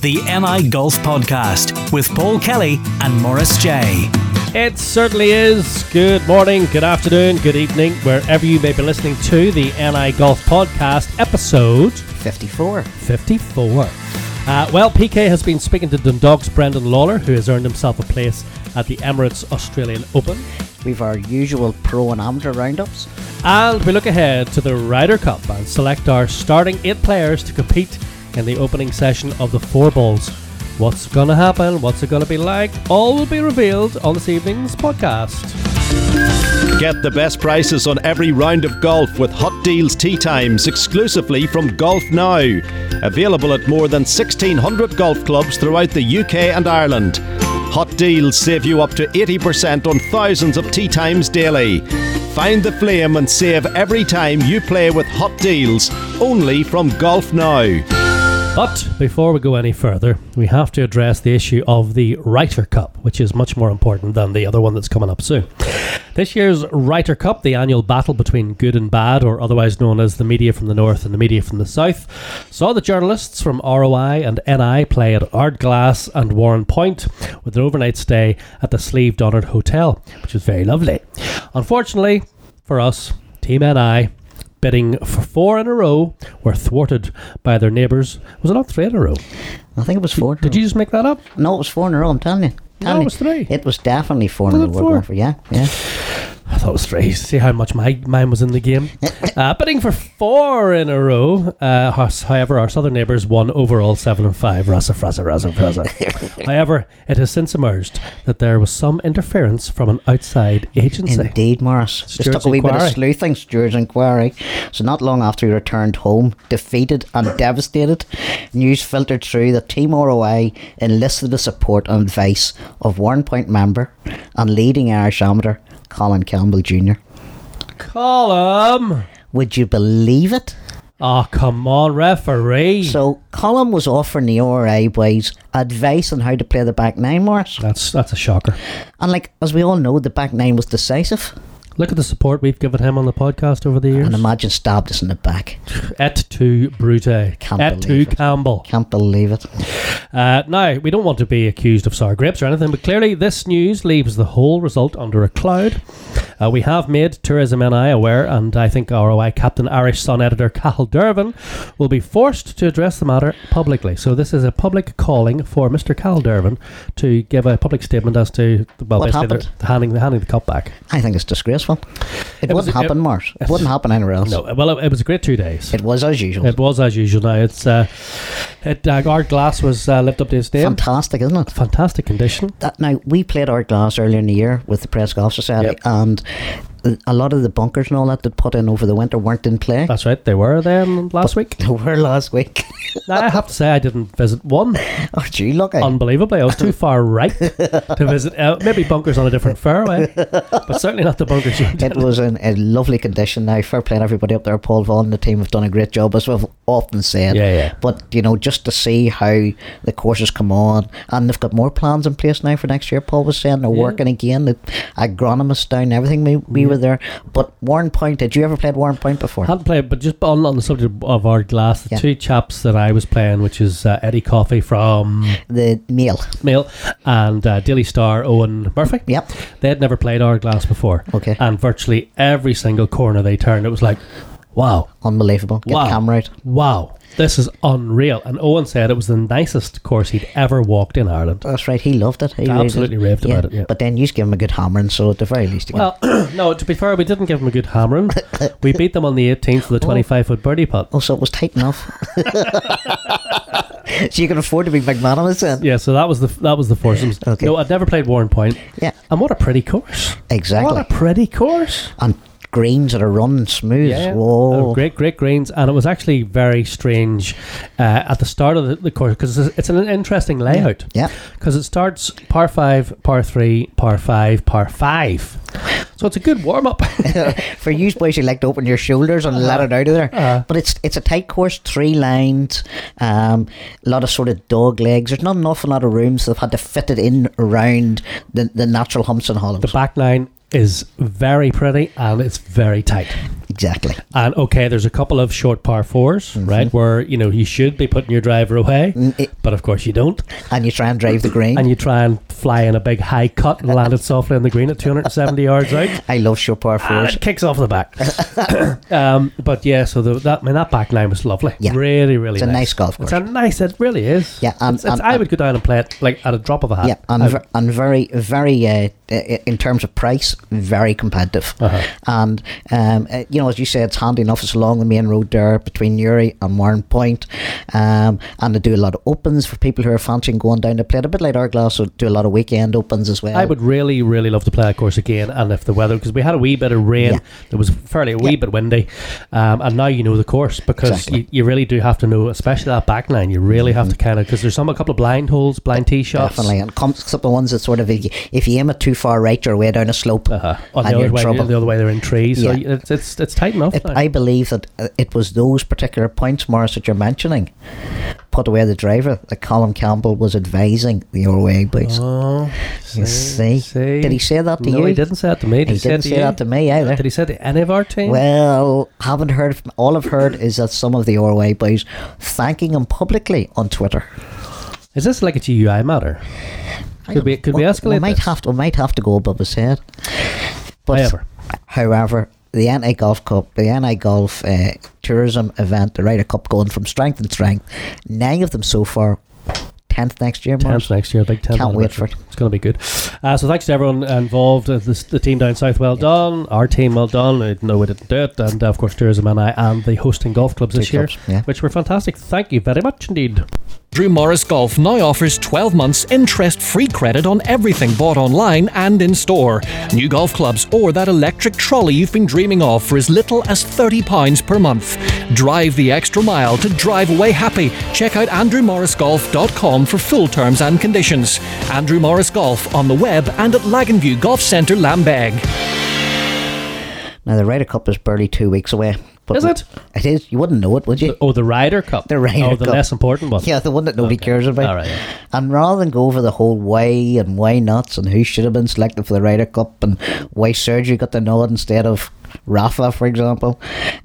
the MI Golf Podcast with Paul Kelly and Morris J. It certainly is. Good morning, good afternoon, good evening, wherever you may be listening to the NI Golf Podcast, episode 54. 54. Uh, well, PK has been speaking to Dundalk's Brendan Lawler, who has earned himself a place at the Emirates Australian Open. We've our usual pro and amateur roundups. And we look ahead to the Ryder Cup and select our starting eight players to compete in the opening session of the Four Balls. What's going to happen? What's it going to be like? All will be revealed on this evening's podcast. Get the best prices on every round of golf with hot deals tea times exclusively from Golf Now. Available at more than 1,600 golf clubs throughout the UK and Ireland. Hot deals save you up to 80% on thousands of tea times daily. Find the flame and save every time you play with hot deals only from Golf Now. But before we go any further, we have to address the issue of the Ryder Cup, which is much more important than the other one that's coming up soon. This year's Ryder Cup, the annual battle between good and bad, or otherwise known as the media from the north and the media from the south, saw the journalists from ROI and NI play at Ardglass and Warren Point with an overnight stay at the Sleeve Donard Hotel, which was very lovely. Unfortunately for us, Team NI bidding for four in a row were thwarted by their neighbours. Was it not three in a row? I think it was four. Did you just make that up? No, it was four in a row. I'm telling you. Telling it you. was three. It was definitely four Was in a it row. we're going four? for- Yeah, yeah. I thought it was three. See how much my mine was in the game. Uh, bidding for four in a row. Uh, hos- however, our southern neighbours won overall seven and five. Rasa, frasa, rasa, frasa. however, it has since emerged that there was some interference from an outside agency. Indeed, Morris. Just took Stewart's a wee bit inquiry. of sleuthing, Stewart's inquiry. So not long after he returned home, defeated and devastated, news filtered through that Team ROI enlisted the support and advice of Warren Point member and leading Irish amateur Colin Campbell Jr. Column. Would you believe it? Oh come on, referee. So Colin was offering the RI boys advice on how to play the back nine, Morris. that's that's a shocker. And like as we all know, the back nine was decisive. Look at the support we've given him on the podcast over the years. And imagine stabbed us in the back. Et tu, Brute. Can't Et tu, believe it. Campbell. Can't believe it. Uh, now, we don't want to be accused of sour grapes or anything, but clearly this news leaves the whole result under a cloud. Uh, we have made Tourism NI aware, and I think ROI Captain Irish Sun editor Cahill Durbin will be forced to address the matter publicly. So this is a public calling for Mr. Cahill Durbin to give a public statement as to well, What basically they're handing handing the cup back. I think it's disgraceful. It, It was- wouldn't happen, it- Morris. It wouldn't happen anywhere else. No, well, it, it was a great two days. It was as usual. It was as usual. Now it's uh, it uh, Art Glass was uh, lived up to his name. Fantastic, isn't it? Fantastic condition. That, now we played our glass earlier in the year with the Press Golf Society, Yep. and a lot of the bunkers and all that that put in over the winter weren't in play. That's right. They were then last week. They were last week. Now, I have to say, I didn't visit one. oh, gee, look at Unbelievably, I was too far right to visit. Uh, maybe bunkers on a different fairway, but certainly not the bunkers. You It was in a lovely condition. Now, fair play to everybody up there. Paul Vaughan and the team have done a great job, as we've often said. Yeah, yeah. But you know, just to see how the courses come on, and they've got more plans in place now for next year. Paul was saying they're working again. The agronomists down, and everything. We, we were there. But Warren Point, did you ever play at Warren Point before? hadn't played, but just on, on the subject of our glass, the Yeah. two chaps that I was playing, which is uh, Eddie Coffey from the meal. Mail and uh, Daily Star Owen Murphy. Yep. They had never played Hourglass before. Okay. And virtually every single corner they turned, it was like, wow, Unbelievable. Get Wow. camera out. wow, this is unreal. And Owen said it was the nicest course he'd ever walked in Ireland. That's right. He loved it. He really did. Absolutely raved about it, yeah. But then you just give him a good hammering, so at the very least, he got- Well, no, to be fair, we didn't give him a good hammering. we beat them on the 18th with a 25 foot birdie putt. Oh, so it was tight enough. so you can afford to be magnanimous then? Yeah, so that was the that was the foursomes. Okay. No, I'd never played Warren Point. Yeah. And what a pretty course. Exactly. What a pretty course. And greens that are running smooth. Yeah, Whoa. Uh, great, great greens, and it was actually very strange uh, at the start of the, the course because it's, it's an interesting layout. Yeah. because it starts par five, par three, par five, par five, so it's a good warm up. For you boys, you like to open your shoulders and Uh-huh. let it out of there. But it's it's a tight course, three lines, um, a lot of sort of dog legs. There's not an awful lot of room, so they've had to fit it in around the, the natural humps and hollows. the back nine is very pretty and it's very tight. Exactly. And okay, there's a couple of short par 4s right, where you know you should be putting your driver away, Mm-hmm. Mm, it- but of course you don't, And you try and drive the green. and you try and fly in a big high cut and land it softly on the green at 270 yards out. I love short par And fours. Uh, it kicks off the back. um, but yeah, so the, that I mean, that back nine was lovely. Yeah. Really, really It's a nice golf It's a course. nice, it really is. Yeah, and- It's- it's- and- I would go down and play it like at a drop of a hat. Yeah, um, and, I- ver- and very, very, uh, i- in terms of price, very competitive. Uh-huh. And, um, uh, you know, as you say, it's handy enough. It's along the main road there between Newry and Warren Point. Um, and they do a lot of opens for people who are fancying going down to play it. A bit like Hourglass, so do a lot of weekend opens as well. I would really, really love to play that course again, and if the weather, because we had a wee bit of rain, Yeah. it was fairly a wee Yeah. bit windy, um, and now you know the course because Exactly. Mm-hmm. you, you really do have to know, especially that back line. You really have to kind of because there's some a couple of blind holes, blind tee shots, Definitely, and comes except the ones that sort of if you, if you aim it too far right, you're way down a slope, Uh-huh. On and the you're other in way, trouble. the other way they're in trees, so Yeah. you- it's it's it's tight enough. It, now. I believe that uh, it was those particular points, Morris, that you're mentioning, put away the driver, that Colin Campbell was advising the Orway boys. oh, You see? Did he say that to no, you? he didn't say that to me. Did He he, didn't say, say that to me either. Did he say to any of our team? Well, haven't heard. From, all I've heard is that some of the Orway boys thanking him publicly on Twitter. Is this like a GUI matter? I Could we- don't- could we escalate We might this? have to. We might have to go above his head. But However. However, the NI Golf Cup, the NI Golf uh, Tourism event, the Ryder Cup going from strength and strength, nine of them so far, 10th next year, Mark. Tenth next year, big tenth. Can't wait for it. It's going to be good. Uh, so thanks to everyone involved. Uh, this, the team down south, well done. Our team, well done. Uh, No, we didn't do it. And uh, of course, Tourism and I and the hosting golf clubs this Two year, clubs, yeah. which were fantastic. Thank you very much indeed. Drew Morris Golf now offers 12 months interest free credit on everything bought online and in store. New golf clubs or that electric trolley you've been dreaming of for as little as £30 per month. Drive the extra mile to drive away happy. Check out andrewmorrisgolf.com for full terms and conditions. Andrew Morris Golf on the web and at Laganview Golf Centre, Lambeg. Now, the Ryder Cup is barely two weeks away. But Is it? It is. You wouldn't know it, would you? Oh, the Ryder Cup. The Ryder Oh, the Cup. less important one. yeah, the one that nobody cares about. All right, yeah. And rather than go over the whole why and why nots and who should have been selected for the Ryder Cup and why Sergio got the nod instead of Rafa, for example,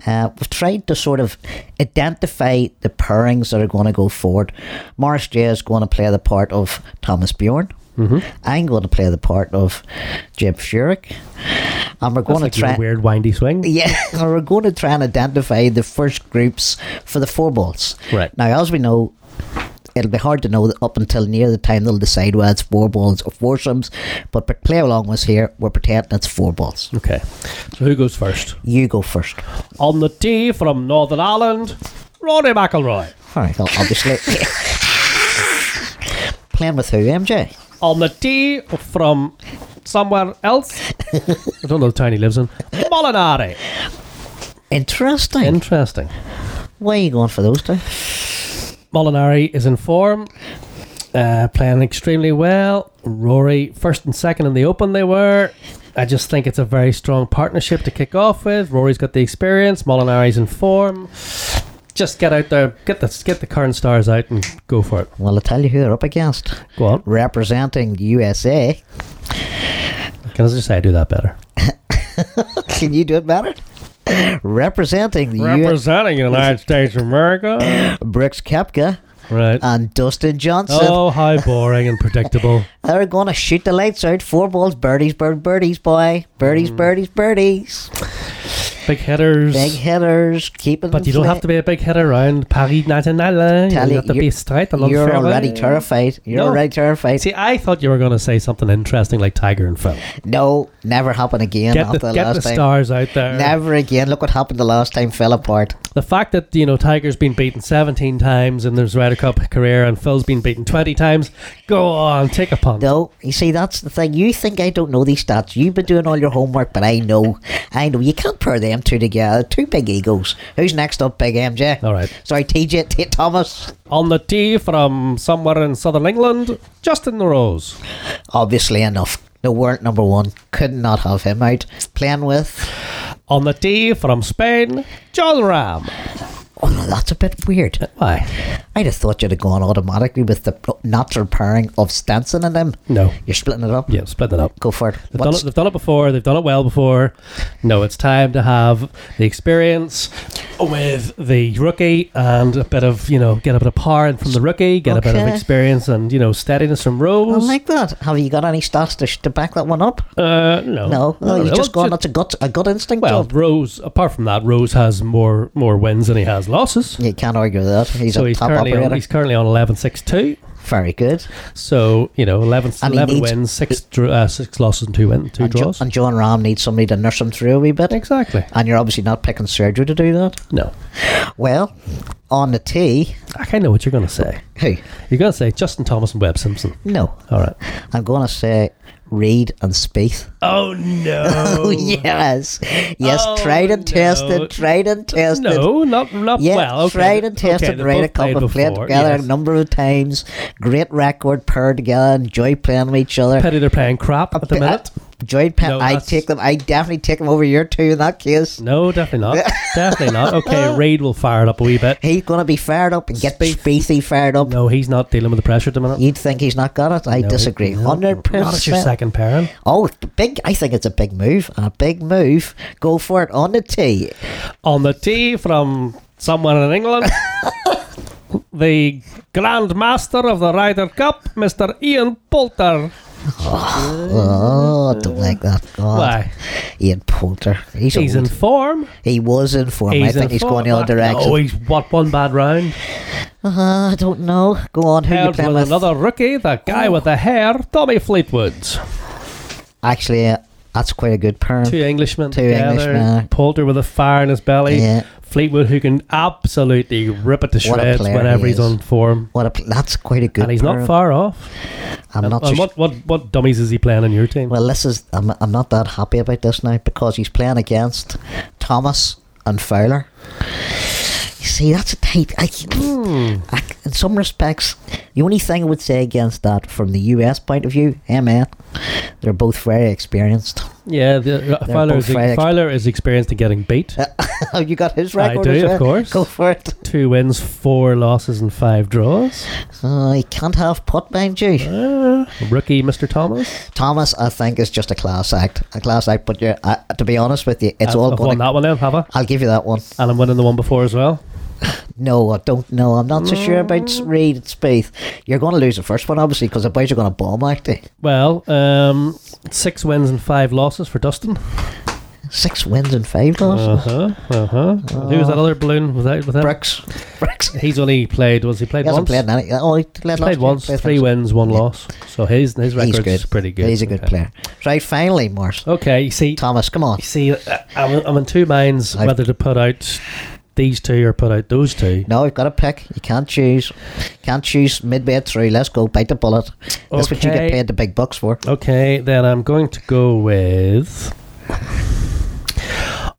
uh, we've tried to sort of identify the pairings that are going to go forward. Morris J is going to play the part of Thomas Bjorn. Mm-hmm. I'm going to play the part of Jim Furyk. And we're That's going like to try. your weird windy swing. Yeah, and we're going to try and identify the first groups for the four balls. Right. Now, as we know, it'll be hard to know that up until near the time they'll decide whether it's four balls or foursomes, but per- play along was here, we're pretending it's four balls. Okay. So who goes first? You go first. On the tee from Northern Ireland, Ronnie McIlroy. All right, well, obviously. Playing with who, MJ? On the tee from somewhere else. I don't know the town he lives in. Molinari. Interesting. Interesting. Why are you going for those two? Molinari is in form, uh, playing extremely well. Rory, first and second in the Open, they were. I just think it's a very strong partnership to kick off with. Rory's got the experience. Molinari's in form. Just get out there, get the get the current stars out, and go for it. Well, I'll tell you who they're up against. Go on. Representing the USA. Can I just say I do that better? Can you do it better? Representing the US, Representing the United States of America, Brooks Kepka. right? and Dustin Johnson. Oh, how boring and predictable. They're going to shoot the lights out. Four balls, birdies, bird, birdies, boy. Birdies, birdies, birdies. Big hitters. Big hitters. Keep it but in you don't play. have to be a big hitter around Paris National. You Tell you, have to be you're- straight along You're fairway. already terrified. You're No. already terrified. See, I thought you were going to say something interesting like Tiger and Phil. no, never happen again Get after the, the get last the time. stars out there. Never again. Look what happened the last time. Fell apart. The fact that you know Tiger's been beaten 17 times in his Ryder Cup career and Phil's been beaten 20 times. Go on, take a punt. No, you see, that's the thing. You think I don't know these stats. You've been doing all your homework, but I know. I know. You can't pair them two together. Two big egos. Who's next up, Big MJ? All right. Sorry, TJ, T- Thomas. On the tee from somewhere in southern England, Justin Rose. obviously enough, the world number one could not have him out playing with. On the tee from Spain, John Ram. Oh no, that's a bit weird. Why? I'd have thought you'd have gone automatically with the natural pairing of Stenson and them. No. You're splitting it up. Yeah, split it up. Go for it. They've done, it, they've done it before. They've done it well before. No, it's time to have the experience with the rookie and a bit of you know get a bit of power in from the rookie, get a bit of Okay. experience and you know steadiness from I Rose. like that. Have you got any stats to, sh- to back that one up? uh, no, No, no, you've no, just gone. ju- That's a gut, a gut instinct. Well, Well, Rose. Apart from that, Rose has more more wins than he has losses. you can't argue with that. He's so a he's top currently on, operator. he's currently on eleven six two. Very good. So you know 11, And he 11 needs- wins, six dr- uh, six losses and two win, two And, Jo- draws. and John Ram needs somebody to nurse him through a wee bit. exactly. And you're obviously not picking Sergio to do that. No, Well, on the tee, I kind of know what you're going to say. who? You're going to say Justin Thomas and Webb Simpson. No, All right. I'm going to say Reed and Spieth. Oh no. Oh, yes, yes, Oh, tried and no. tested, tried and tested. No, not not Yeah, well. Okay. tried and okay, tested, right? A couple of of played together a number of times. Great record paired together. Enjoy playing with each other. Pity they're playing crap at the I- minute. enjoyed playing. No, I that's- take them. I definitely take them over your two in that case. No, definitely not. definitely not. Okay, Reid will fire it up a wee bit. He's going to be fired up and get Spieth. Spiethy fired up. No, he's not dealing with the pressure at the minute. You'd think he's not got it. I No, disagree. no, Hundred Not at your percent. second pairing. Oh, the big! I think it's a big move. A big move. Go for it on the tee. On the tee from someone in England. The Grand Master of the Ryder Cup, Mr. Ian Poulter. Oh, I don't like that. God. Why? Ian Poulter. He's, He's in old. form. He was in form. I He's think in he's form. going the other direction. Oh, he's what one bad round. Uh, I don't know. Go on. Who you Held playing with with? another rookie, the guy with the hair, Tommy Fleetwood. Actually, uh, that's quite a good pair. Two Englishmen Two together. Englishmen. Poulter with a fire in his belly. Yeah. Fleetwood who can absolutely rip it to What a shreds player whenever he he's is. on form. What a pl- that's quite a good. and he's pair. not far off. I'm not. and so what, what, what dummies is he playing on your team? Well, this is I'm, I'm not that happy about this now because he's playing against Thomas and Fowler. You see, that's a tight. I, Hmm. I, in some respects, the only thing I would say against that, from the US point of view, hey man, they're both very experienced. yeah, the, uh, Fowler, both is, very ex- Fowler is experienced in getting beat. Oh, you got his I record? do, as of well? course. Go for it. Two wins, four losses, and five draws. Uh, he can't have putt behind you. Uh, rookie Mr. Thomas. Thomas, I think, is just a class act. A class act. But you're, uh, to be honest with you, it's I've, all I've won going. to that one then, have I? I'll give you that one. And I'm winning the one before as well. No, I don't know. I'm not so sure about Mm. Reed and Spieth. You're going to lose the first one, obviously, because the boys are going to bomb out there. Well, um, six wins and five losses for Dustin. Six wins and five losses. Uh huh. Uh huh. Who was that other balloon? Was that, was that? Brooks. Brooks. He He's only played. Was he played hasn't once? played any. Oh, he played, last played year, once. played three once. wins, one loss. So his his He's record's good. pretty good. He's a good Okay. player. Right, finally, Morris. Okay. You see, Thomas, come on. you see, uh, I'm, I'm in two minds I've- whether to put out these two or put out those two. No, you've got to pick. You can't choose. Can't choose midway through. Let's go. Bite the bullet. That's what you Okay. get paid the big bucks for. Okay, then I'm going to go with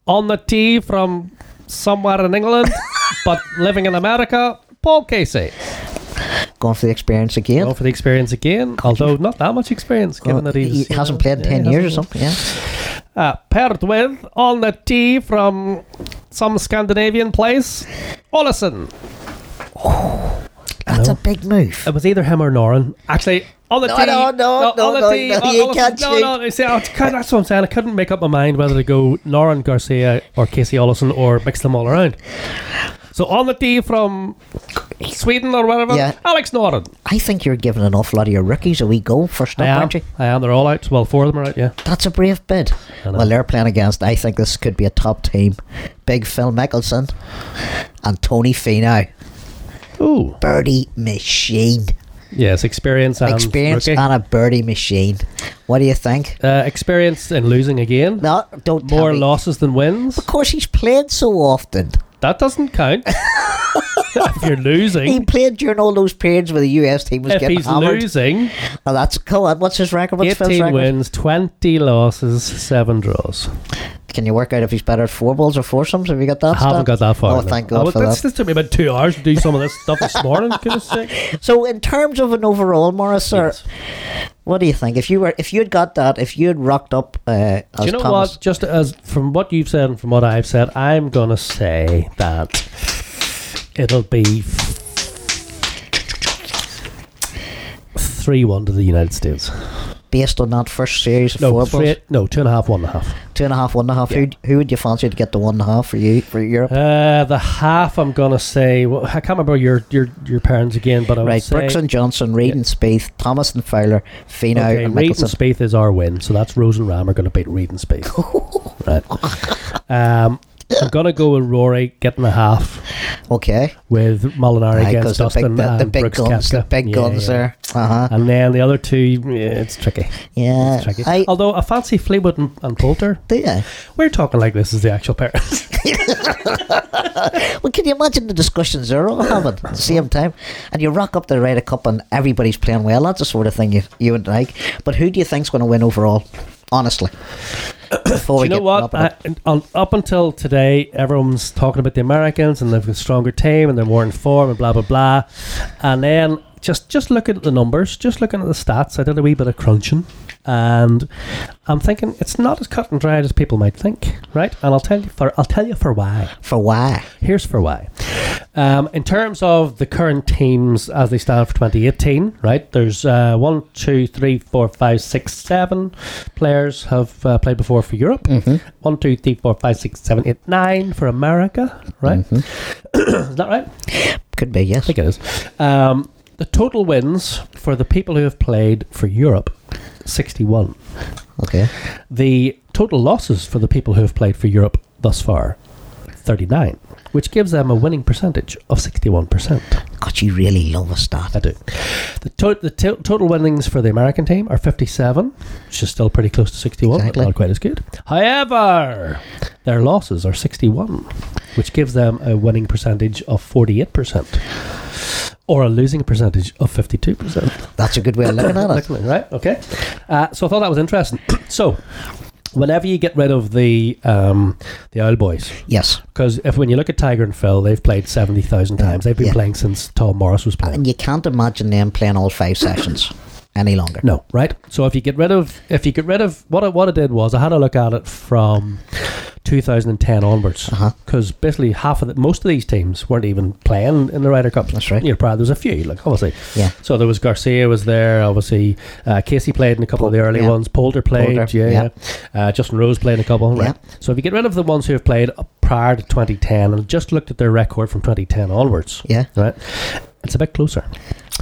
on the tee from somewhere in England, but living in America. Paul Casey. Going for the experience again. Go for the experience again, although not that much experience, given that he he's, you hasn't know, played yeah, ten he years or hasn't- something. Yeah. Uh, paired with on the tee from some Scandinavian place, Olesen. That's No. Uh, a big move. It was either him or Norin. Actually, on the No, tee. no, no, no, on the no, tee, no, on- you Olesen- can't no, no, you see, I couldn't- that's what I'm saying. I couldn't make up my mind whether to go Norin Garcia or Casey Olesen or mix them all around. So on the tee from Sweden or wherever, Yeah. Alex Norin. I think you're giving an awful lot of your rookies a wee go first up, I am. aren't you? I am. They're all out. Well, four of them are out. Yeah. That's a brave bid. I know. Well, they're playing against. I think this could be a top team. Big Phil Mickelson and Tony Finau. Ooh. Birdie machine. Yes, experience and Experience rookie. and a birdie machine. What do you think? uh, experience in losing again. No, don't tell More me. losses than wins. Of course, he's played so often. That doesn't count. if you're He losing, played during all those periods where the US team was Mm. if getting he's hammered. losing, Oh, that's come on. What's his record? What's Phil's 18 record? wins, 20 losses, 7 draws. Can you work out if he's better at four balls or foursomes? Have you got I that? haven't stat? got that far. Oh, no. thank I God was- for that's- that. This took me about two hours to do some of this stuff this morning. goodness sake. So, in terms of an overall, Morris, sir, Yes. What do you think? If you were, if you had got that, if you had rocked up, uh, as Do you know Thomas, what? Just as from what you've said and from what I've said, I'm gonna say that It'll be three one to the United States. Based on that first series of No, four balls, three, no, two and a half, one and a half. two and a half, one and a half. Who who would you fancy to get the one and a half for you for Europe? Uh, the half, I'm gonna say. Well, I can't remember your your your parents again, but I would right, say Brooks and Johnson, Reid and Spieth, Thomas and Fowler, Fino okay, and Reed and Mickelson. Spaeth is our win, so that's Rose and Ram are going to beat Reed and Spaeth. right. Um, I'm going to go with Rory getting a half Okay, with Molinari Aye, against the Dustin big, the, and the big Brooks guns, the Koepka. big Yeah, guns yeah. there. Uh huh. And then the other two, yeah, it's tricky. Yeah, It's tricky. I, Although I fancy Fleetwood and, and Poulter. do you? We're talking like this is the actual pair. Well, can you imagine the discussions they're all having at the same time? And you rock up the Ryder Cup and everybody's playing well. That's the sort of thing you, you would like. But who do you think's going to win overall? Honestly. Before you know what? wrapping up. I, and on, up until today, everyone's talking about the Americans and they've got a stronger team and they're more in form and blah blah blah. And then just just looking at the numbers, just looking at the stats, I did a wee bit of crunching, and I'm thinking it's not as cut and dried as people might think, right? And I'll tell you for I'll tell you for why. For why? Here's for why. Um, in terms of the current teams as they stand for 2018, right? There's uh, one, two, three, four, five, six, seven players have uh, played before for Europe. One, two, three, four, five, six, seven, eight, nine for America, right? Is that right? Could be, yes. think it is. Um, the total wins for the people who have played for Europe, 61. Okay. The total losses for the people who have played for Europe thus far, 39, which gives them a winning percentage of 61%. God, you really love a start. I do. The, to- the to- total winnings for the American team are 57, which is still pretty close to 61, Exactly. but not quite as good. However, their losses are 61, which gives them a winning percentage of 48%. Or a losing percentage of fifty-two percent. That's a good way of looking at it. right? Okay. Uh, so I thought that was interesting. so, whenever you get rid of the um, the Owl Boys, Yes. because if when you look at Tiger and Phil, they've played seventy thousand times. They've been Yeah. playing since Tom Morris was playing. And you can't imagine them playing all five sessions any longer. No, right. So if you get rid of if you get rid of what I, what I did was I had a look at it from 2010 onwards Uh-huh. because basically half of the, most of these teams weren't even playing in the Ryder Cup. That's right. You know, prior, there was a few, like obviously. Yeah. So there was Garcia was there. Obviously, uh, Casey played in a couple of the early yeah. ones. Polder played. Poulter, yeah. yeah. yeah. Uh, Justin Rose played in a couple. Yeah. Right. So if you get rid of the ones who have played prior to 2010 and just looked at their record from 2010 onwards. Yeah. Right. It's a bit closer.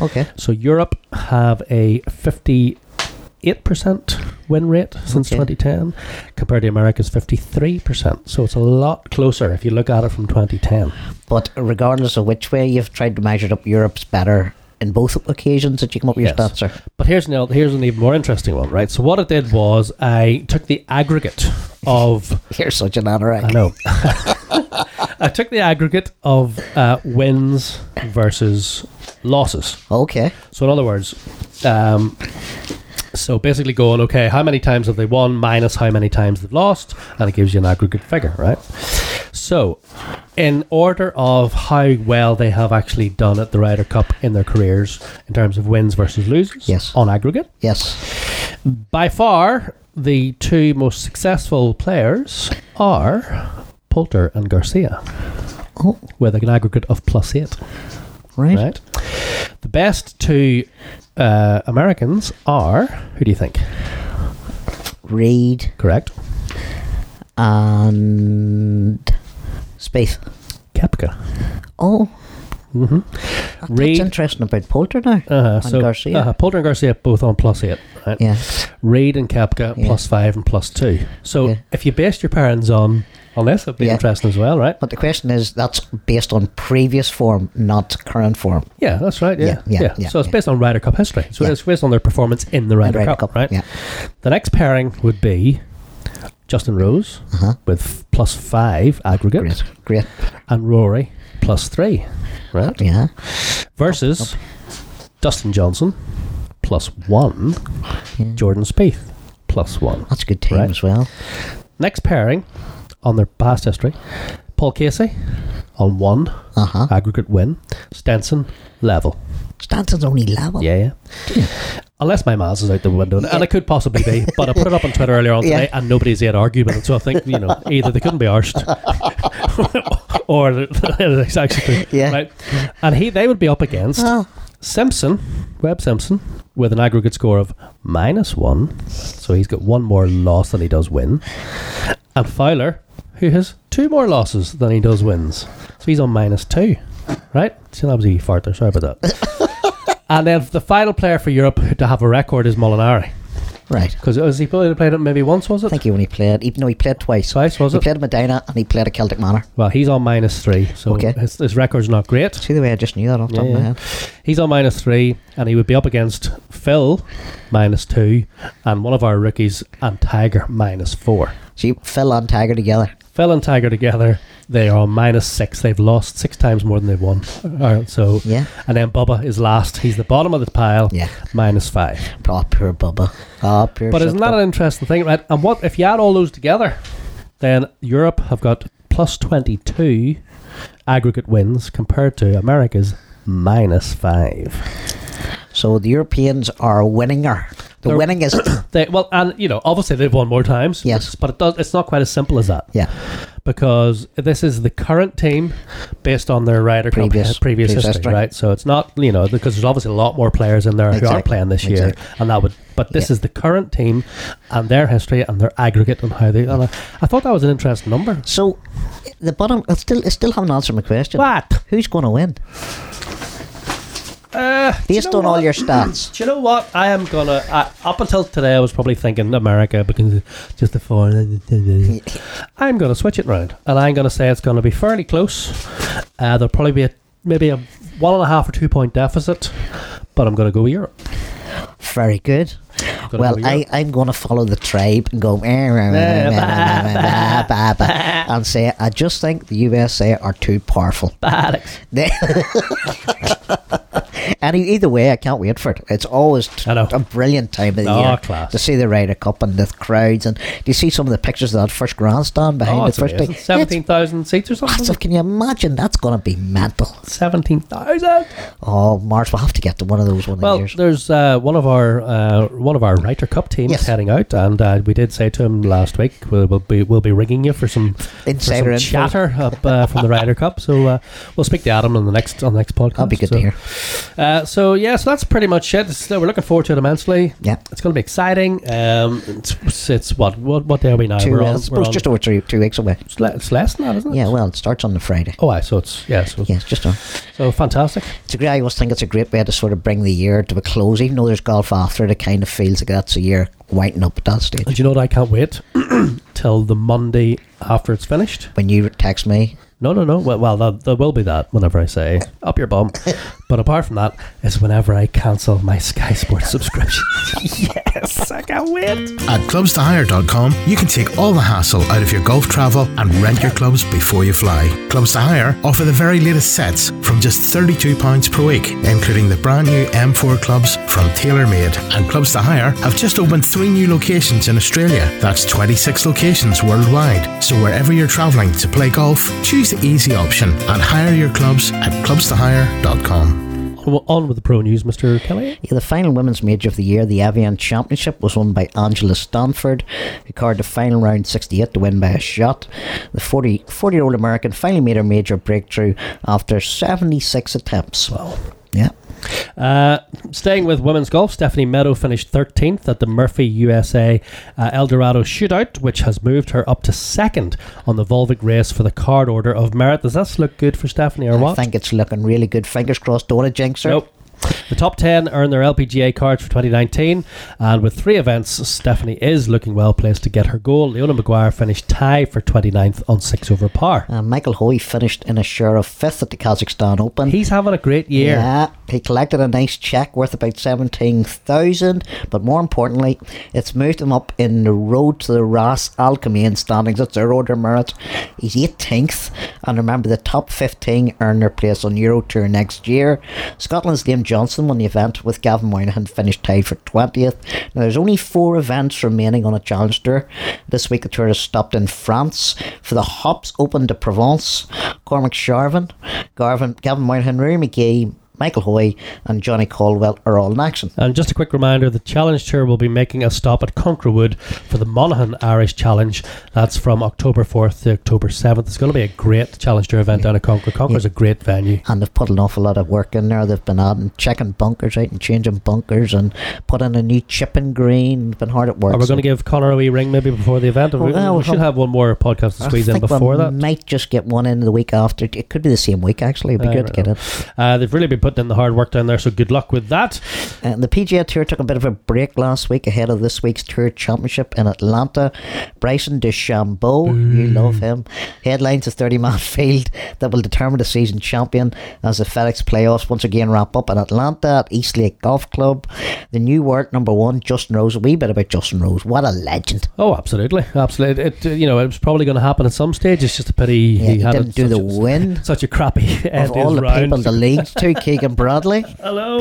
Okay. So Europe have a 58% win rate since Okay. 2010 compared to America's 53%. So it's a lot closer if you look at it from 2010. But regardless of which way you've tried to measure it up, Europe's better in both occasions that you come up with your Yes. stats, sir. But here's an, el- here's an even more interesting one, right? So what I did was I took the aggregate of You're such an anorak. I know. I took the aggregate of uh, wins versus losses. Okay. So in other words, um, so basically going okay, how many times have they won minus how many times they've lost, and it gives you an aggregate figure, right? So, in order of how well they have actually done at the Ryder Cup in their careers in terms of wins versus losses, Yes. on aggregate, Yes. by far the two most successful players are Poulter and Garcia, Oh, with an aggregate of plus eight. right. Right. The best two uh, Americans are who do you think? Reed Correct. and Space. Kepka. Oh, Reed. that's interesting about Poulter now. uh, and so, Garcia. uh, Poulter and Garcia both on plus eight. Right? Yeah. Reed and Kepka Yeah. plus five and plus two. So Yeah. if you based your parents on on this, it'd be Yeah. Uh, interesting as well, right? But the question is, that's based on previous form, not current form. Yeah, that's right. Yeah, Yeah, yeah, yeah, so it's yeah. based on Ryder Cup history. So Yeah. it's based on their performance in the Ryder, Ryder Cup, Cup, right? yeah. The next pairing would be Justin Rose with f- plus five aggregate. Uh-huh. Great. Great. and Rory plus three, right? Yeah. Versus Dustin Johnson plus one, Jordan Spieth plus one. That's a good team Right. as well. Next pairing on their past history: Paul Casey on one Uh huh. aggregate win, Stenson level. Stanson's only level. Yeah, yeah. Unless my Mars is out the window, and it could possibly be, but I put it up on Twitter earlier on Yeah. today, and nobody's yet arguing it. So I think you know either they couldn't be arsed, or it's actually Yeah. right. And he they would be up against Oh, Simpson, Webb Simpson, with an aggregate score of minus one. So he's got one more loss than he does win. And Fowler, who has two more losses than he does wins. So he's on minus two. Right? So that was a fart there. Sorry about that. and then the final player for Europe to have a record is Molinari. Right. Because was he played played it maybe once, was it? I think he only played, even though he played twice. Twice, was he it? played at Medina and he played at Celtic Manor. Well, he's on minus three, so Okay. his, his record's not great. See the way I just knew that off the top of my Yeah. head? He's on minus three, and he would be up against Phil, minus two, and one of our rookies, and Tiger, minus four. So you Phil and Tiger together. Phil and Tiger together, they are on minus six. They've lost six times more than they've won. All right, so Yeah. And then Bubba is last. He's the bottom of the pile, Yeah. minus five. Oh, poor Bubba. Oh, poor But shit isn't that Bubba. an interesting thing, right? And what if you add all those together? Then Europe have got plus twenty-two aggregate wins compared to America's minus five. So the Europeans are winninger. The They're- winning is They well, and you know, obviously they've won more times. Yes. but it does. It's not quite as simple as that yeah, because this is the current team based on their Ryder Cup previous, Previous- previous previous history, history. right? So it's not you know because there's obviously a lot more players in there who Exactly, are playing this year, exactly. and that would. But this Yeah. is the current team and their history and their aggregate and how they. And I, I thought that was an interesting number. So the bottom. I still, I still haven't answered my question. What? Who's going to win? Uh, do you Based know on all what? your stats. Do you know what? I am gonna. I, up until today, I was probably thinking America because it's just the foreign. I'm gonna switch it round, and I'm gonna say it's gonna be fairly close. Uh, there'll probably be a maybe a one and a half or two point deficit, but I'm gonna go with Europe. Very good. Gonna well, go with I, Europe. I'm going to follow the tribe and go "Meh, meh, meh, meh, meh, meh, meh, bah, bah," and say I just think the USA are too powerful. Alex. They- and e- either way, I can't wait for it. It's always t- I know. a brilliant time of the Oh, year class. to see the Ryder Cup and the crowds. And do you see some of the pictures of that first grandstand behind Oh, the it's first amazing. day? Seventeen thousand seats or something. It's massive. Can you imagine? That's going to be mental. Seventeen thousand. Oh, March, we'll have to get to one of those one of the Well, years. there's uh, one of our uh, one of our Ryder Cup teams Yes. heading out, and uh, we did say to him last week we'll, we'll be we'll be ringing you for some for Insider info. some chatter up uh, from the Ryder Cup. So uh, we'll speak to Adam on the next on the next podcast. That'd be good so, to hear. Uh, so yeah, so that's pretty much it. It's- uh, we're looking forward to it immensely. Yeah. it's going to be exciting. Um, it's, it's what what what day are we now? 2 we're uh, on, I we're suppose on just over three, two weeks away. it's le- it's less than that, isn't it? Yeah, well, it starts on the Friday. Oh, aye, so it's yeah, so, Yes, just on. so fantastic. It's a great, I always think it's a great way to sort of bring the year to a close, even though there's golf after it, it kind of feels like that's a year winding up at that And stage. you know what? I can't wait till the Monday after it's finished. When you text me, No, no, no. Well, well there, there will be that whenever I say up your bum. but apart from that, it's whenever I cancel my Sky Sports subscription. yes, I can't wait. At clubstohire.com, you can take all the hassle out of your golf travel and rent your clubs before you fly. Clubs to Hire offer the very latest sets from just £32 per week, including the brand new M4 clubs from TaylorMade. And Clubs to Hire have just opened three new locations in Australia. That's 26 locations worldwide. So wherever you're travelling to play golf, choose the easy option and hire your clubs at clubstohire.com. On, on with the pro news, Mr. Kelly. Yeah, the final women's major of the year, the Avian Championship, was won by Angela Stanford, who card the final round 68 to win by a shot. The 40 40 year old American finally made her major breakthrough after 76 attempts. Wow. Yeah. Uh, staying with women's golf, Stephanie Meadow finished 13th at the Murphy USA uh, El Dorado Shootout, which has moved her up to second on the Volvic race for the card order of merit. Does this look good for Stephanie or I what? think it's looking really good. Fingers crossed, don't it, jinx her. Nope. The top 10 earned their LPGA cards for 2019, and with three events, Stephanie is looking well placed to get her goal. Leona Maguire finished tied for 29th on 6 over par. Uh, Michael Hoy finished in a share of fifth at the Kazakhstan Open. He's having a great year. Yeah, he collected a nice check worth about seventeen thousand, but more importantly, it's moved him up in the road to the Ras Al Khaimah standings. That's their order of merit. He's eighteenth, and remember the top fifteen earn their place on Euro Tour next year. Scotland's Liam Johnson won the event with Gavin Moynihan finished tied for twentieth. Now there's only four events remaining on a Challenge Tour. This week the tour has stopped in France for the Hops Open de Provence. Cormac Sharvin, Garvin, Gavin Moynihan, Rory McGee, Michael Hoy and Johnny Caldwell are all in action. And just a quick reminder the Challenge Tour will be making a stop at Conquerwood for the Monaghan Irish Challenge. That's from October 4th to October 7th. It's going to be a great Challenge Tour event down at Conquer. Conquer's a great venue. and they've put an awful lot of work in there. They've been adding, checking bunkers out and changing bunkers and putting a new chipping green. They've been hard at work. Are we going to give Connor a wee ring maybe before the event? we, Oh, Well, we should have one more podcast to I squeeze in think we before that. might just get one in the week after. It could be the same week, actually. It'd be I good to don't get know. it. Uh, they've really been putting in the hard work down there, so good luck with that. And Uh, the PGA Tour took a bit of a break last week ahead of this week's Tour Championship in Atlanta. Bryson DeChambeau, you Mm. love him, headlines a 30-man field that will determine the season champion as the FedEx playoffs once again wrap up in Atlanta at Eastlake Golf Club. The new world number one, Justin Rose. A wee bit about Justin Rose. What a legend. Oh, absolutely, absolutely. It, uh, you know, it was probably going to happen at some stage. It's just a pity he he had didn't a- do such the a- win. Such a crappy end Of all his the round. people in the league, too, Keegan Bradley. Hello.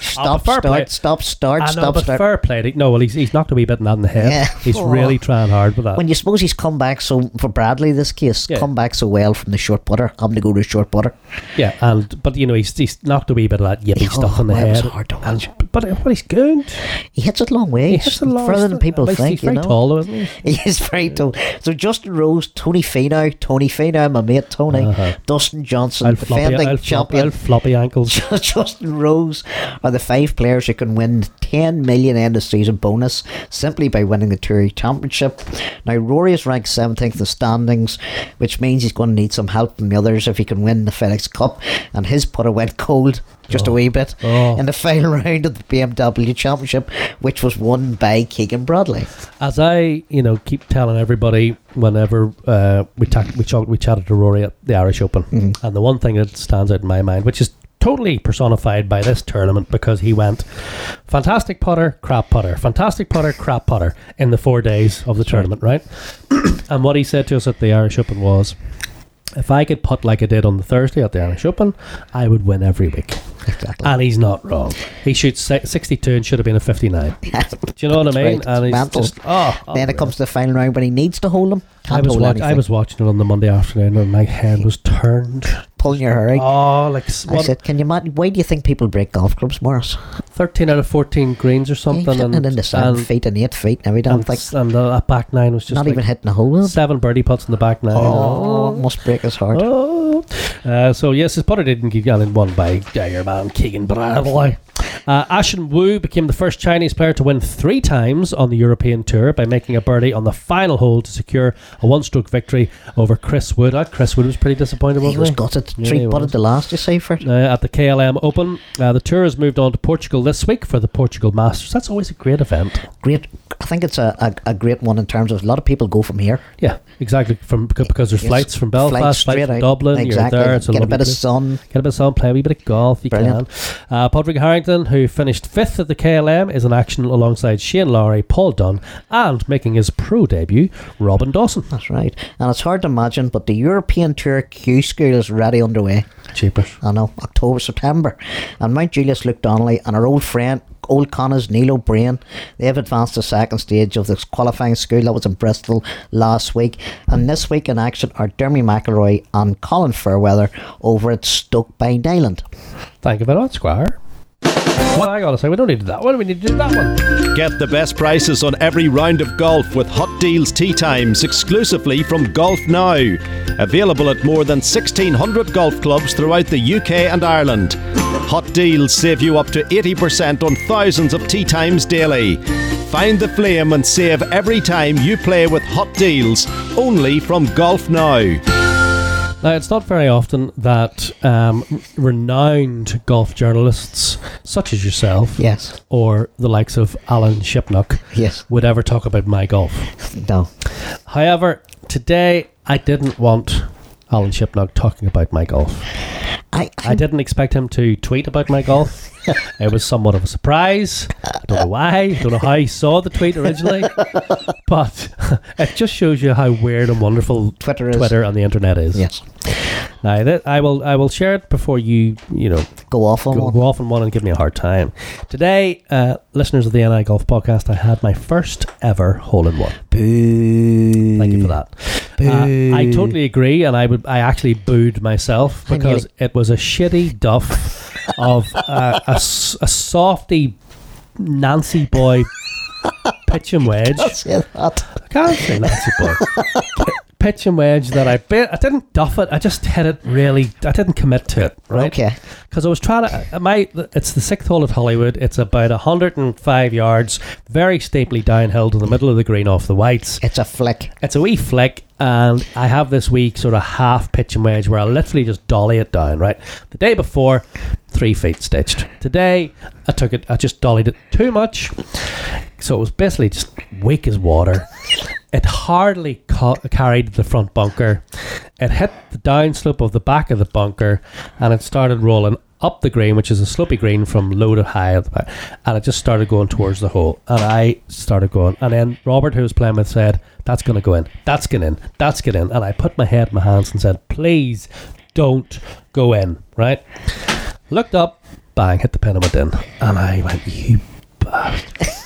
Stop, fair start, play. stop, start, I know, stop, but start. fair play. to- No, well, he's, he's knocked a wee bit in that in the head. Yeah. He's Oh. really trying hard with that. When you suppose he's come back so for Bradley this case, Yeah. come back so well from the short putter, I'm gonna go to short putter. yeah, and but you know he's, he's knocked a wee bit of that yippy Oh, stuff in the well, it head. was hard to And- watch. but uh, but he's good. He hits it long ways, He's just a long further than people at least think. He's you very know, tall, though, isn't he? he is very tall. So Justin Rose, Tony Finau, Tony Finau, my mate Tony, Dustin Johnson, Uh-huh. I'll floppy, defending I'll floppy, I'll champion. floppy ankles. Justin Rose are the five players who can win 10 million end of season bonus simply by winning the Tour Championship. Now, Rory is ranked 17th in the standings, which means he's going to need some help from the others if he can win the FedEx Cup. And his putter went cold just a wee bit Oh. in the final round of the BMW Championship, which was won by Keegan Bradley. As I, you know, keep telling everybody whenever uh, we talk, we, chat, we chatted to Rory at the Irish Open, Mm-hmm. and the one thing that stands out in my mind, which is totally personified by this tournament, because he went fantastic putter, crap putter, fantastic putter, crap putter in the four days of the tournament, right? and what he said to us at the Irish Open was. If I could putt like I did on the Thursday at the Irish Open, I would win every week. Exactly. And he's not wrong. He shoots si- 62 and should have been a 59. Do you know what I mean? Right, And he's mental. just oh, then it unreal. comes to the final round when he needs to hold him. Can't I was hold watch- I anything. was watching it on the Monday afternoon and my head was turned. pulling your hair out. Oh, like s- I what, said, can you imagine? Why do you think people break golf clubs, Morris? thirteen out of fourteen greens or Yeah, something, he's hitting and it in the seven and, feet and eight feet and every damn and, thing. s- and the that back nine was just Not like even hitting a hole. is it? seven birdie putts in the back nine. Oh, must break his heart. Oh. Uh, so yes, his putter didn't get in one by your man Keegan Bradley. Uh, Ashen Wu became the first Chinese player to win three times on the European Tour by making a birdie on the final hole to secure a one-stroke victory over Chris Wood. Uh, Chris Wood was pretty disappointed, wasn't he he? was gutted. Yeah, he Three was. butted the last, you say, for it. uh, at the KLM Open. Uh, the tour has moved on to Portugal this week for the Portugal Masters. That's always a great event. Great. I think it's a, a, a great one in terms of a lot of people go from here. Yeah, exactly. From because, because there's Yes, flights from Belfast, flights, straight from out. Dublin. Exactly. You're there. It's a Get a lovely bit of place. sun. Get a bit of sun. Play a wee bit of golf. You Brilliant. can. Uh, Patrick Harrington, who finished fifth at the KLM, is in action alongside Shane Lowry, Paul Dunn, and making his pro debut, Robin Dawson. That's right. And it's hard to imagine, but the European Tour Q School is already underway. Cheaper. I know, October, September. And Mount Julius Luke Donnelly and our old friend, old Connors Neil O'Brien, they've advanced to second stage of this qualifying school that was in Bristol last week. And this week in action are Dermy McElroy and Colin Fairweather over at Stoke by Nyland. Thank you very much, Squire. What? Hang on a second. We don't need to do that one. We need to do that one. Get the best prices on every round of golf with Hot Deals Tea Times exclusively from Golf Now. Available at more than 1,600 golf clubs throughout the UK and Ireland. Hot Deals save you up to 80% on thousands of tea times daily. Find the flame and save every time you play with Hot Deals only from Golf Now. Now, it's not very often that um, renowned golf journalists, such as yourself, Yes. or the likes of Alan Shipnock, Yes. would ever talk about my golf. No. However, today I didn't want Alan Shipnock talking about my golf. I, I didn't expect him to tweet about my golf. it was somewhat of a surprise. I don't know why. I don't know how he saw the tweet originally. but it just shows you how weird and wonderful Twitter is. Twitter and the internet is. Yes. Now, that I will I will share it before you you know Go off on go, one. go off on one and give me a hard time. Today, uh, listeners of the NI Golf Podcast, I had my first ever hole in one. Boo. Thank you for that. Uh, I Boo. totally agree, and I would. I actually booed myself I because it was a shitty duff of uh, a, s- a softy Nancy boy pitch and wedge. Say that. I can't say Nancy boy. P- Pitch and wedge that I bit. I didn't duff it. I just hit it really. I didn't commit to it. Right Okay. because I was trying to. uh, My it's the sixth hole at Hollywood. It's about hundred and five yards, very steeply downhill to the middle of the green off the whites. It's a flick. It's a wee flick, and I have this wee sort of half pitch and wedge where I literally just dolly it down. Right, the day before, three feet stitched. Today, I took it. I just dollied it too much, so it was basically just weak as water. It hardly ca- carried the front bunker. It hit the downslope of the back of the bunker, and it started rolling up the green, which is a slopey green from low to high at the back. And it just started going towards the hole. And I started going. And then Robert, who was playing with, said, That's going to go in. That's going in. That's going in. And I put my head in my hands and said, Please don't go in. Right? Looked up, bang, hit the pin and went in. And I went, You bastard.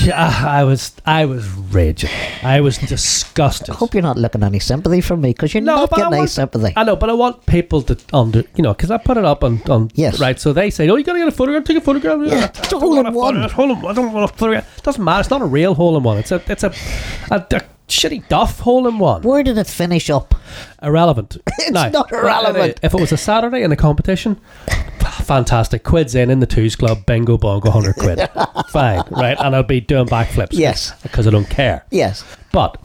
Yeah, I was, I was raging. I was disgusted. Hope you're not looking any sympathy from me because you're not but I getting any want- sympathy. I know, but I want people to under, you know, because I put it up on, on Yes. right. So they say, oh, you gotta get a photograph, take a photograph. Yeah, I it's a don't hole want in a one. photograph, Hole in one. I don't want a photograph. Doesn't matter. It's not a real hole in one. It's a, it's a, a, a shitty duff hole in one. Where did it finish up? Irrelevant. It's not irrelevant. If it was a Saturday in a competition, fantastic. Quids in in the twos club, bingo bongo, hundred quid. Fine, right? And I'll be doing backflips. Yes. because I don't care. Yes. But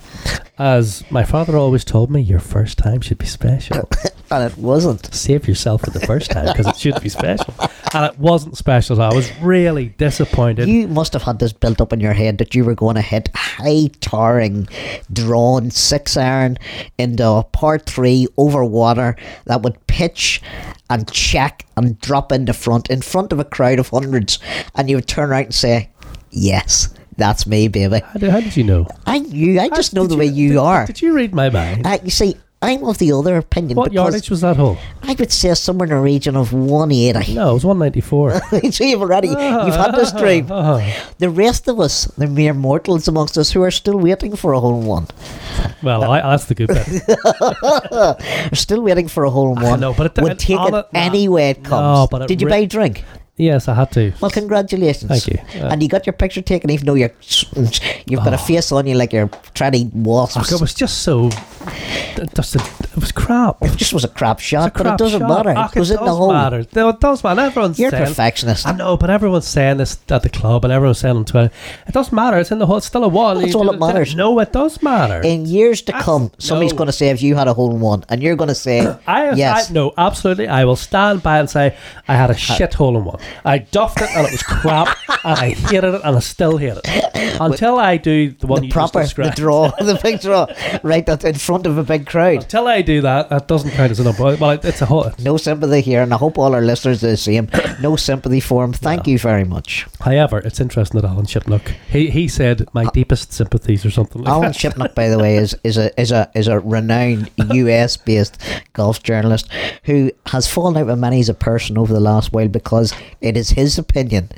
as my father always told me, your first time should be special. And it wasn't. save yourself for the first time because it should be special. And it wasn't special. So I was really disappointed. You must have had this built up in your head that you were going to hit a high towering, drawn six iron into a par three over water that would pitch and check and drop into front in front of a crowd of hundreds, and you would turn around and say, "Yes, that's me, baby." how, did, how did you know? I you, I just know Did the way you did- are. Did you read my mind? Uh, you see, I'm of the other opinion what because yardage was that hole? I would say somewhere in the region of 180. No, it was 194. so you've already you've had this dream. Oh, The rest of us, the mere mortals amongst us, who are still waiting for a hole in one, well, I, that's the good bit. are still waiting for a hole in I one, know, but it- would it- take all it, it- any way it no, comes. but it Did you re- buy a drink? yes, I had to. Well, congratulations. Thank you. Uh, and you got your picture taken, even though you're you've got a Ah. face on you like you're trying to eat wasps. Fuck, it was just so. it Just a, it was crap. It it just was a crap was shot, a crap but it doesn't shot. matter. Fuck, it was it in the does hole. matter. No, it does matter. Everyone's You're a saying- perfectionist. I know, but everyone's saying this at the club, and everyone's saying on Twitter, it doesn't matter. It's in the hole. It's still a wall. That's You- all that matters. No, it does matter. in years to That's- come, somebody's no. going to say, "If you had a hole in one," and you're going to say, I, "Yes." I no, absolutely. I will stand by and say I had a shit hole in one. I duffed it and it was crap, and I hated it and I still hate it until I do the one the you proper, just the described. draw, the big draw, right that's in front of a big crowd. until I do that, that doesn't count as an up. Well, it, it's a hole. No sympathy here, and I hope all our listeners are the same. No sympathy for him. Thank you very much. However, it's interesting that Alan Shipnook he he said my deepest sympathies or something. Like Alan that. Shipnock, by the way, is, is a is a is a renowned US based golf journalist who has fallen out with many as a person over the last while because it is his opinion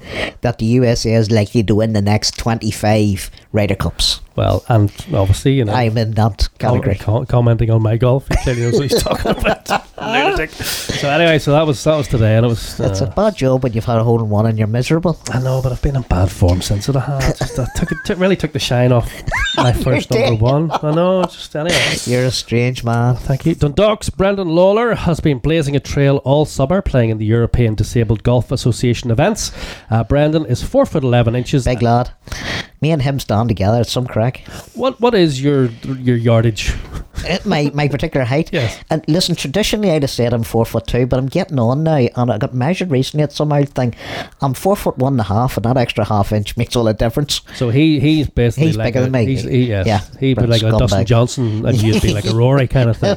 that the USA is likely to win the next twenty five Ryder Cups. Well, and obviously you know. I'm in that com- category. com- commenting on my golf, he clearly knows what he's talking about. Lunatic. So anyway, so that was that was today, and it was. It's a uh, bad job when you've had a hole in one and you're miserable. I know, but I've been in bad form since it. I had. Just, I took it, took- really took the shine off my first You're number dead. one. I know, just anyway. You're a strange man. Thank you. Dundalk's Brendan Lawler has been blazing a trail all summer playing in the European Disabled Golf Association events. Uh, Brendan is 4 foot 11 inches. Big lad. Me and him stand together at some crack. What What is your your yardage? Uh, my my particular height. Yes. And listen, traditionally I'd have said I'm four foot two, but I'm getting on now, and I got measured recently at some old thing. I'm four foot one and a half, and that extra half inch makes all the difference. So he, he's basically He's like bigger a, than me. He's, he, yes, Yeah, He'd be Brent like a Dustin scumbag. Johnson and you'd be like a Rory kind of thing.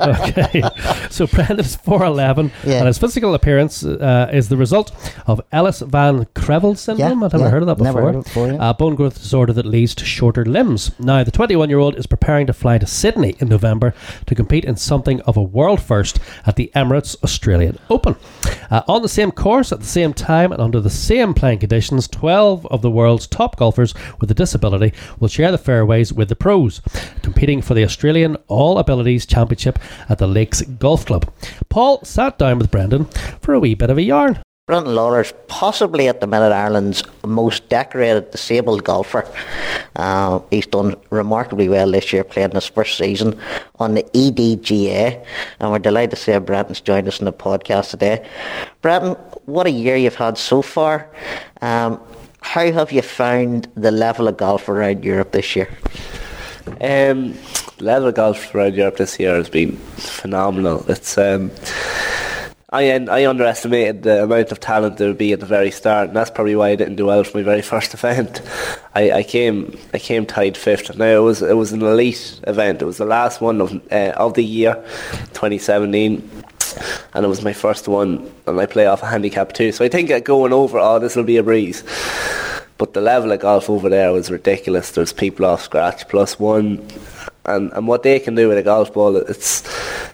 Okay. So Brendan's 4'11 Yeah. and his physical appearance uh, is the result of Ellis Van Crevel syndrome. I've never yeah, heard of that before. Uh, never heard of it before, yeah. A bone growth disorder that leads to shorter limbs. Now, the 21 year old is preparing to fly to Sydney Bay in November to compete in something of a world first at the Emirates Australian Open. Uh, on the same course, at the same time, and under the same playing conditions, 12 of the world's top golfers with a disability will share the fairways with the pros, competing for the Australian All Abilities Championship at the Lakes Golf Club. Paul sat down with Brendan for a wee bit of a yarn. Brendan Lawler's possibly at the minute Ireland's most decorated disabled golfer. Uh, he's done remarkably well this year, playing his first season on the E EDGA, and we're delighted to say Brendan's joined us in the podcast today. Brendan, what a year you've had so far. Um, how have you found the level of golf around Europe this year? Um, level of golf around Europe this year has been phenomenal. It's um, I un- I underestimated the amount of talent there would be at the very start, and that's probably why I didn't do well for my very first event. I, I came I came tied fifth. Now it was it was an elite event. It was the last one of uh, of the year, 2017. And it was my first one, and I play off a handicap too. So I think at going over, oh, this will be a breeze. But the level of golf over there was ridiculous. There's people off scratch plus one, and and what they can do with a golf ball, it's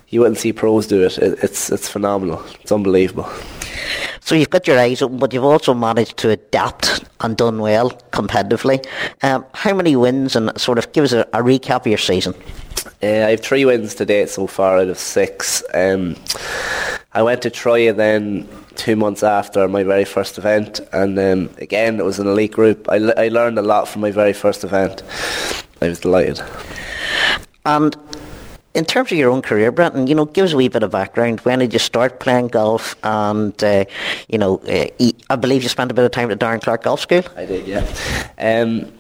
you wouldn't see pros do it. it it's it's phenomenal. It's unbelievable. So you've got your eyes open, but you've also managed to adapt and done well competitively. Um, how many wins and sort of give us a, a recap of your season? Uh, I have three wins to date so far out of six. Um, I went to Troya then two months after my very first event, and um, again it was an elite group. I, le- I learned a lot from my very first event. I was delighted. And in terms of your own career, Brenton, you know, give us a wee bit of background. When did you start playing golf? And uh, you know, uh, e- I believe you spent a bit of time at Darren Clark Golf School. I did, yeah. Um,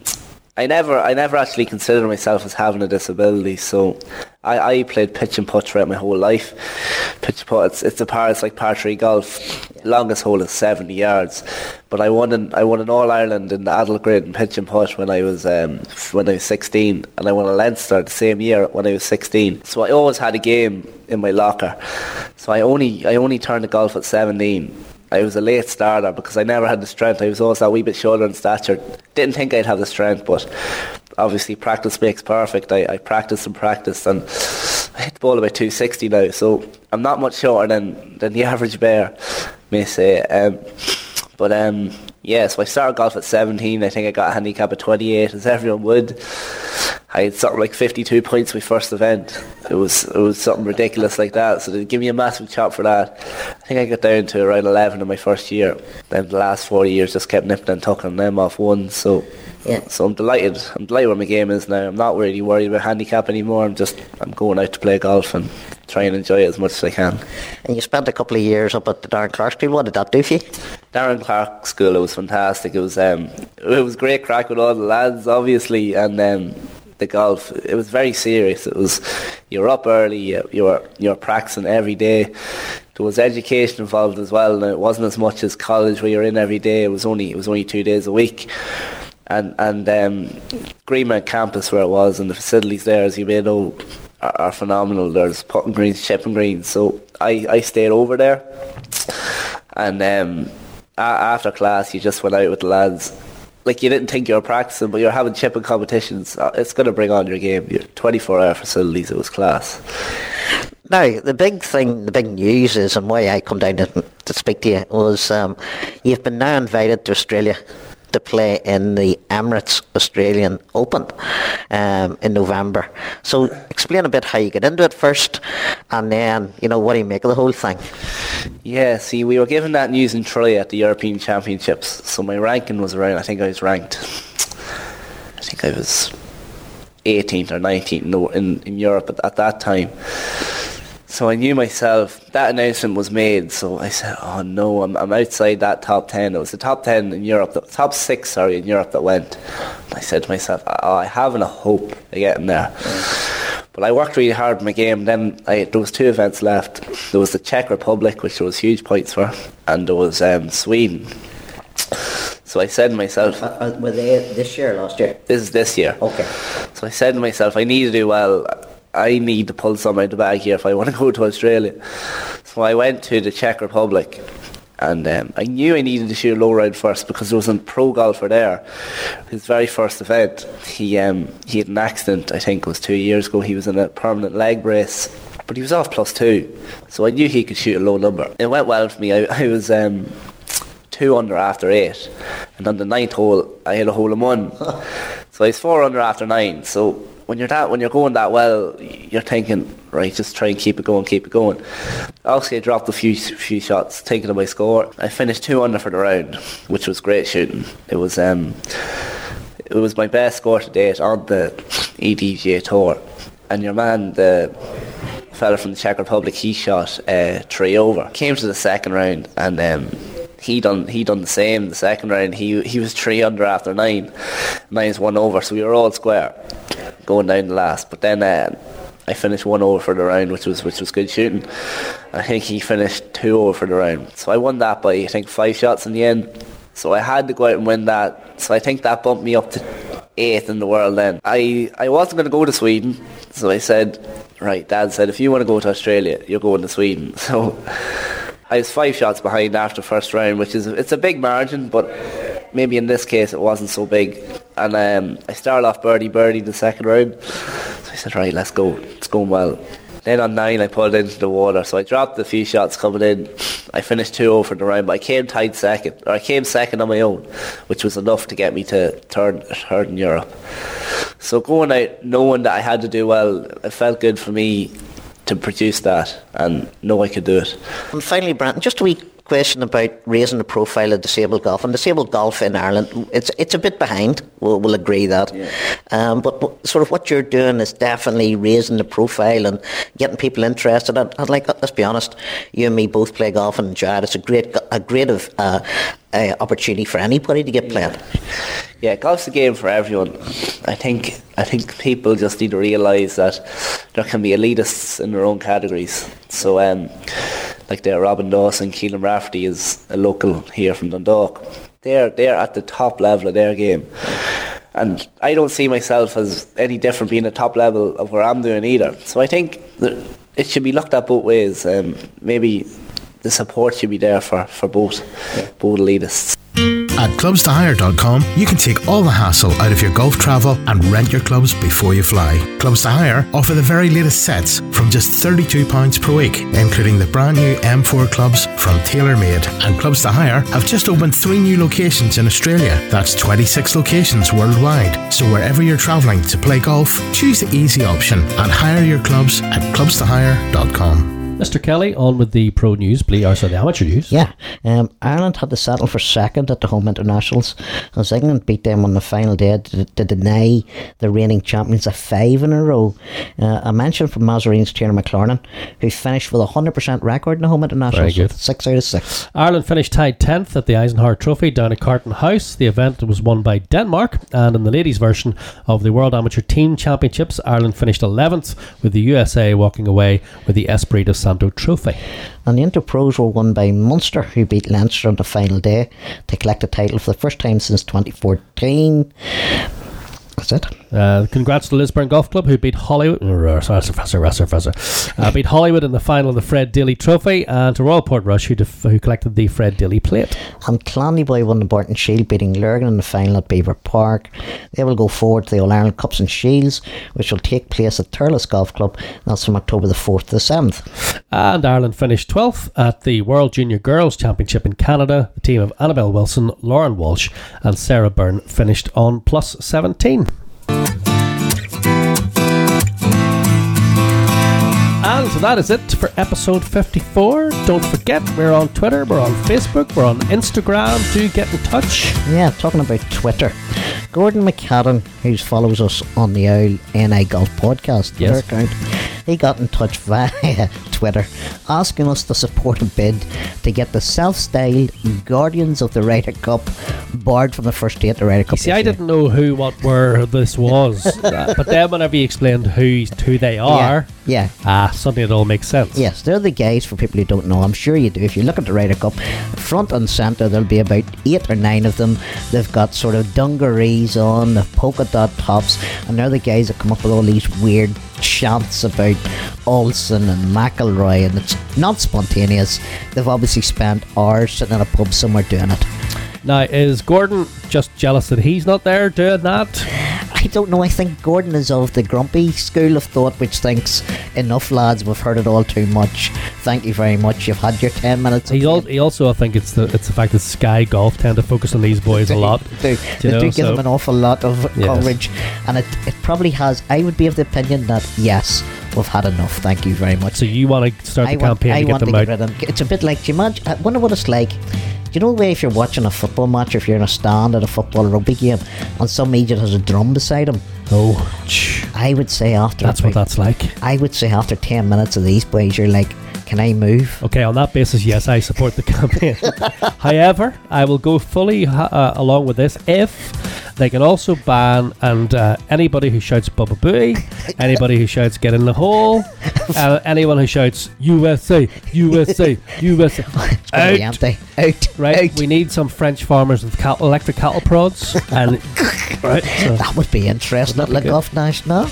I never, I never actually considered myself as having a disability. So, I, I played pitch and putt throughout my whole life. Pitch and putt, it's, it's a par, it's like par three golf. Longest hole is seventy yards. But I won, an, I won an All Ireland in the adult grade in pitch and putt when I was, um, when I was sixteen, and I won a Leinster the same year when I was sixteen. So I always had a game in my locker. So I only, I only turned to golf at seventeen. I was a late starter because I never had the strength. I was always that wee bit shorter in stature. Didn't think I'd have the strength, but obviously practice makes perfect. I, I practiced and practiced and I hit the ball about 260 now, so I'm not much shorter than, than the average bear, may say. Um, but um, yeah, so I started golf at 17. I think I got a handicap at 28, as everyone would. I had something like 52 points my first event. It was it was something ridiculous like that. So they give me a massive chop for that. I think I got down to around 11 in my first year. Then the last four years just kept nipping and tucking them off one. So Yeah. so I'm delighted. I'm delighted where my game is now. I'm not really worried about handicap anymore. I'm just I'm going out to play golf and try and enjoy it as much as I can. And you spent a couple of years up at the Darren Clark School. What did that do for you? Darren Clark School. It was fantastic. It was um, it was great crack with all the lads, obviously, and um, the golf. It was very serious. It was you were up early. You, you were you were practicing every day. There was education involved as well, and it wasn't as much as college where you're in every day. It was only it was only two days a week. And and um, Greenmount campus where it was and the facilities there, as you may know, are, are phenomenal. There's putting greens, chipping greens. So I, I stayed over there. And um, a- after class, you just went out with the lads. Like you didn't think you were practicing, but you're having chipping competitions. Uh, It's going to bring on your game. Your 24-hour facilities. It was class. Now, the big thing, the big news is, and why I come down to, to speak to you, was um, you've been now invited to Australia to play in the Emirates Australian Open um, in November. So explain a bit how you get into it first, and then, you know, what do you make of the whole thing? Yeah. See, we were given that news in Troy at the European Championships. So my ranking was around. I think I was ranked. I think I was 18th or 19th in, the- in, in Europe at, at that time. So I knew myself. That announcement was made, so I said, "Oh no, I'm, I'm outside that top ten. It was the top ten in Europe, the top six, sorry, in Europe that went." And I said to myself, "Oh, I haven't a hope of getting there." But I worked really hard in my game. Then I, there was two events left. There was the Czech Republic, which there was huge points for, and there was um, Sweden. So I said to myself, uh, were they this year or last year? "This is this year." Okay. So I said to myself, I need to do well. I need to pull some out of the bag here if I want to go to Australia. So I went to the Czech Republic And um, I knew I needed to shoot a low ride first because there was a pro golfer there. His very first event, he um, he had an accident. I think it was two years ago. He was in a permanent leg brace, but he was off plus two, so I knew he could shoot a low number. It went well for me. I, I was. Um, two under after eight, and on the ninth hole I hit a hole in one. so it's four under after nine. So when you're that when you're going that well, you're thinking right, just try and keep it going, keep it going. Obviously, I dropped a few few shots, thinking of my score. I finished two under for the round, which was great shooting. It was um, it was my best score to date on the E EDGA tour, and your man the fella from the Czech Republic, he shot uh, three over. Came to the second round and um, he done he done the same. The second round, he he was three under after nine, nine's one over. So we were all square going down the last. But then uh, I finished one over for the round, which was which was good shooting. I think he finished two over for the round. So I won that by I think five shots in the end. So I had to go out and win that. So I think that bumped me up to eighth in the world then. I, I wasn't going to go to Sweden, so I said, right, Dad said, if you want to go to Australia, you're going to Sweden. So I was five shots behind after first round, which is it's a big margin, but maybe in this case it wasn't so big. And um, I started off birdie birdie the second round, so I said, right, let's go, it's going well. Then on nine, I pulled into the water, so I dropped a few shots coming in. I finished two over the round, but I came tied second, or I came second on my own, which was enough to get me to third, third in Europe. So going out, knowing that I had to do well, it felt good for me to produce that and know I could do it. And finally, Branton, just a wee question about raising the profile of disabled golf. And disabled golf in Ireland, it's it's a bit behind. We'll, we'll agree that. Um, but, but sort of what you're doing is definitely raising the profile and getting people interested. And, and like, let's be honest, you and me both play golf and enjoy it. It's a great a great of, uh, uh, opportunity for anybody to get playing. Yeah, golf's a game for everyone. I think I think people just need to realise that there can be elitists in their own categories. So, um, like there, Robin Dawson, Keelan Rafferty is a local here from Dundalk. They're they're at the top level of their game, and I don't see myself as any different being a top level of where I'm doing either. So I think that it should be looked at both ways. Um, maybe the support should be there for for both both elitists. At clubstohire.com, you can take all the hassle out of your golf travel and rent your clubs before you fly. Clubs to Hire offer the very latest sets from just £32 per week, including the brand new M4 clubs from TaylorMade. And Clubs to Hire have just opened three new locations in Australia. That's 26 locations worldwide. So wherever you're travelling to play golf, choose the easy option and hire your clubs at clubstohire.com. Mr. Kelly, on with the pro news, please, or sorry, the amateur news. Yeah, um, Ireland had to settle for second at the home internationals as England beat them on the final day to, to deny the reigning champions a five in a row. Uh, a mention from Mazarine's Tierna McLaren, who finished with a 100% record in the home internationals, Very good. with six out of six. Ireland finished tied 10th at the Eisenhower Trophy down at Carton House. The event was won by Denmark, and in the ladies' version of the World Amateur Team Championships, Ireland finished 11th, with the USA walking away with the Esprit de Santo Trophy. And the Interpros were won by Munster, who beat Leinster on the final day to collect the title for the first time since 2014. That's it. Uh, congrats to Lisburn Golf Club, who beat Hollywood. uh, Sorry, sorry, sorry, sorry, sorry. Uh, beat Hollywood in the final of the Fred Daly Trophy, and to Royal Portrush, who, def- who collected the Fred Daly Plate. And Clondyboy won the Barton Shield, beating Lurgan in the final at Beaver Park. They will go forward to the All Ireland Cups and Shields, which will take place at Turles Golf Club. and That's from October the 4th to the 7th. And Ireland finished 12th at the World Junior Girls Championship in Canada. The team of Annabelle Wilson, Lauren Walsh, and Sarah Byrne finished on plus 17. And so that is it for episode 54. Don't forget, we're on Twitter, we're on Facebook, we're on Instagram. Do get in touch. Yeah, talking about Twitter. Gordon McCadden, who follows us on the Owl NI Golf podcast, Yes. their account, he got in touch via Twitter asking us to support a bid to get the self styled Guardians of the Ryder Cup barred from the first day at the Ryder Cup. See, this I year. didn't know who, what, where this was. uh, but then whenever you explained who, who they are, Yeah. yeah. ah, suddenly it all makes sense. Yes, they're the guys for people who don't know. I'm sure you do. If you look at the Ryder Cup, front and centre, there'll be about eight or nine of them. They've got sort of dungarees on, the polka dot tops, and they're the guys that come up with all these weird chants about Olsen and McElroy, and it's not spontaneous. They've obviously spent hours sitting in a pub somewhere doing it. Now, is Gordon just jealous that he's not there doing that? I don't know. I think Gordon is of the grumpy school of thought, which thinks, "Enough, lads. We've heard it all too much. Thank you very much. You've had your ten minutes." of He, al- fame." he also, I think, it's the it's the fact that Sky Golf tend to focus on these boys a lot. They, do- you they know, do give so- them an awful lot of Yes. coverage, and it, it probably has. I would be of the opinion that yes, we've had enough. Thank you very much. So you want to start I the want, campaign I to get want them to out? get rid of them. It's a bit like, do you imagine? I wonder what it's like. Do you know the way if you're watching a football match, if you're in a stand at a football or rugby game, and some idiot has a drum beside him? oh, tch, I would say after that's what about- that's like. I would say after 10 minutes of these boys, you're like, can I move? Okay, on that basis, yes, I support the campaign. However, I will go fully ha- uh, along with this if they can also ban and uh, anybody who shouts "Bubba Booey," anybody who shouts "Get in the hole," uh, anyone who shouts "USA, USA, USA." Pretty Out. empty. Out. Right, Out. we need some French farmers with cattle, electric cattle prods, and right. So, that would be interesting. That'd be Look good. off nice now.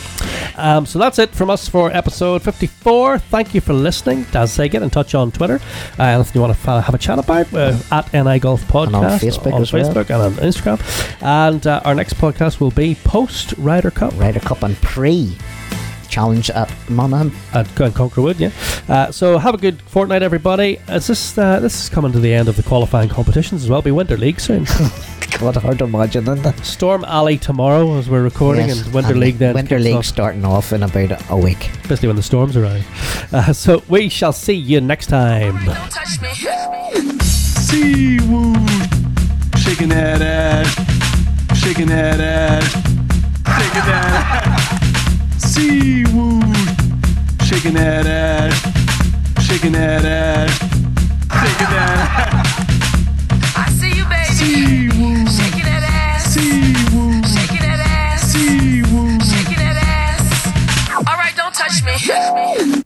um, so that's it from us for episode fifty-four. Thank you for listening. As I say, get in touch on Twitter, uh, and if you want to have a chat about uh, at Ni Golf Podcast And on Facebook on as well. Facebook and on Instagram. And uh, our next podcast will be post Ryder Cup Ryder Cup and pre challenge at Monaghan. at Con- Conquer Wood. Yeah. Uh, so have a good fortnight, everybody. Is this uh, this is coming to the end of the qualifying competitions as well? Be Winter League soon. God, hard to imagine, isn't it? Storm Alley tomorrow as we're recording, Yes, and Winter League then. Winter kicks League off. starting off in about a week. especially when the storms arrive. Uh, so we shall see you next time. Don't touch me. Seawood. Shaking that ass. Shaking that ass. Shaking that ass. Seawood. Shaking that ass. Shaking that ass. Shaking that I see you, ass. baby. Seawood. Shaking that ass. Seawood. Shaking that ass. Seawood. Shaking that ass. All right, don't touch me.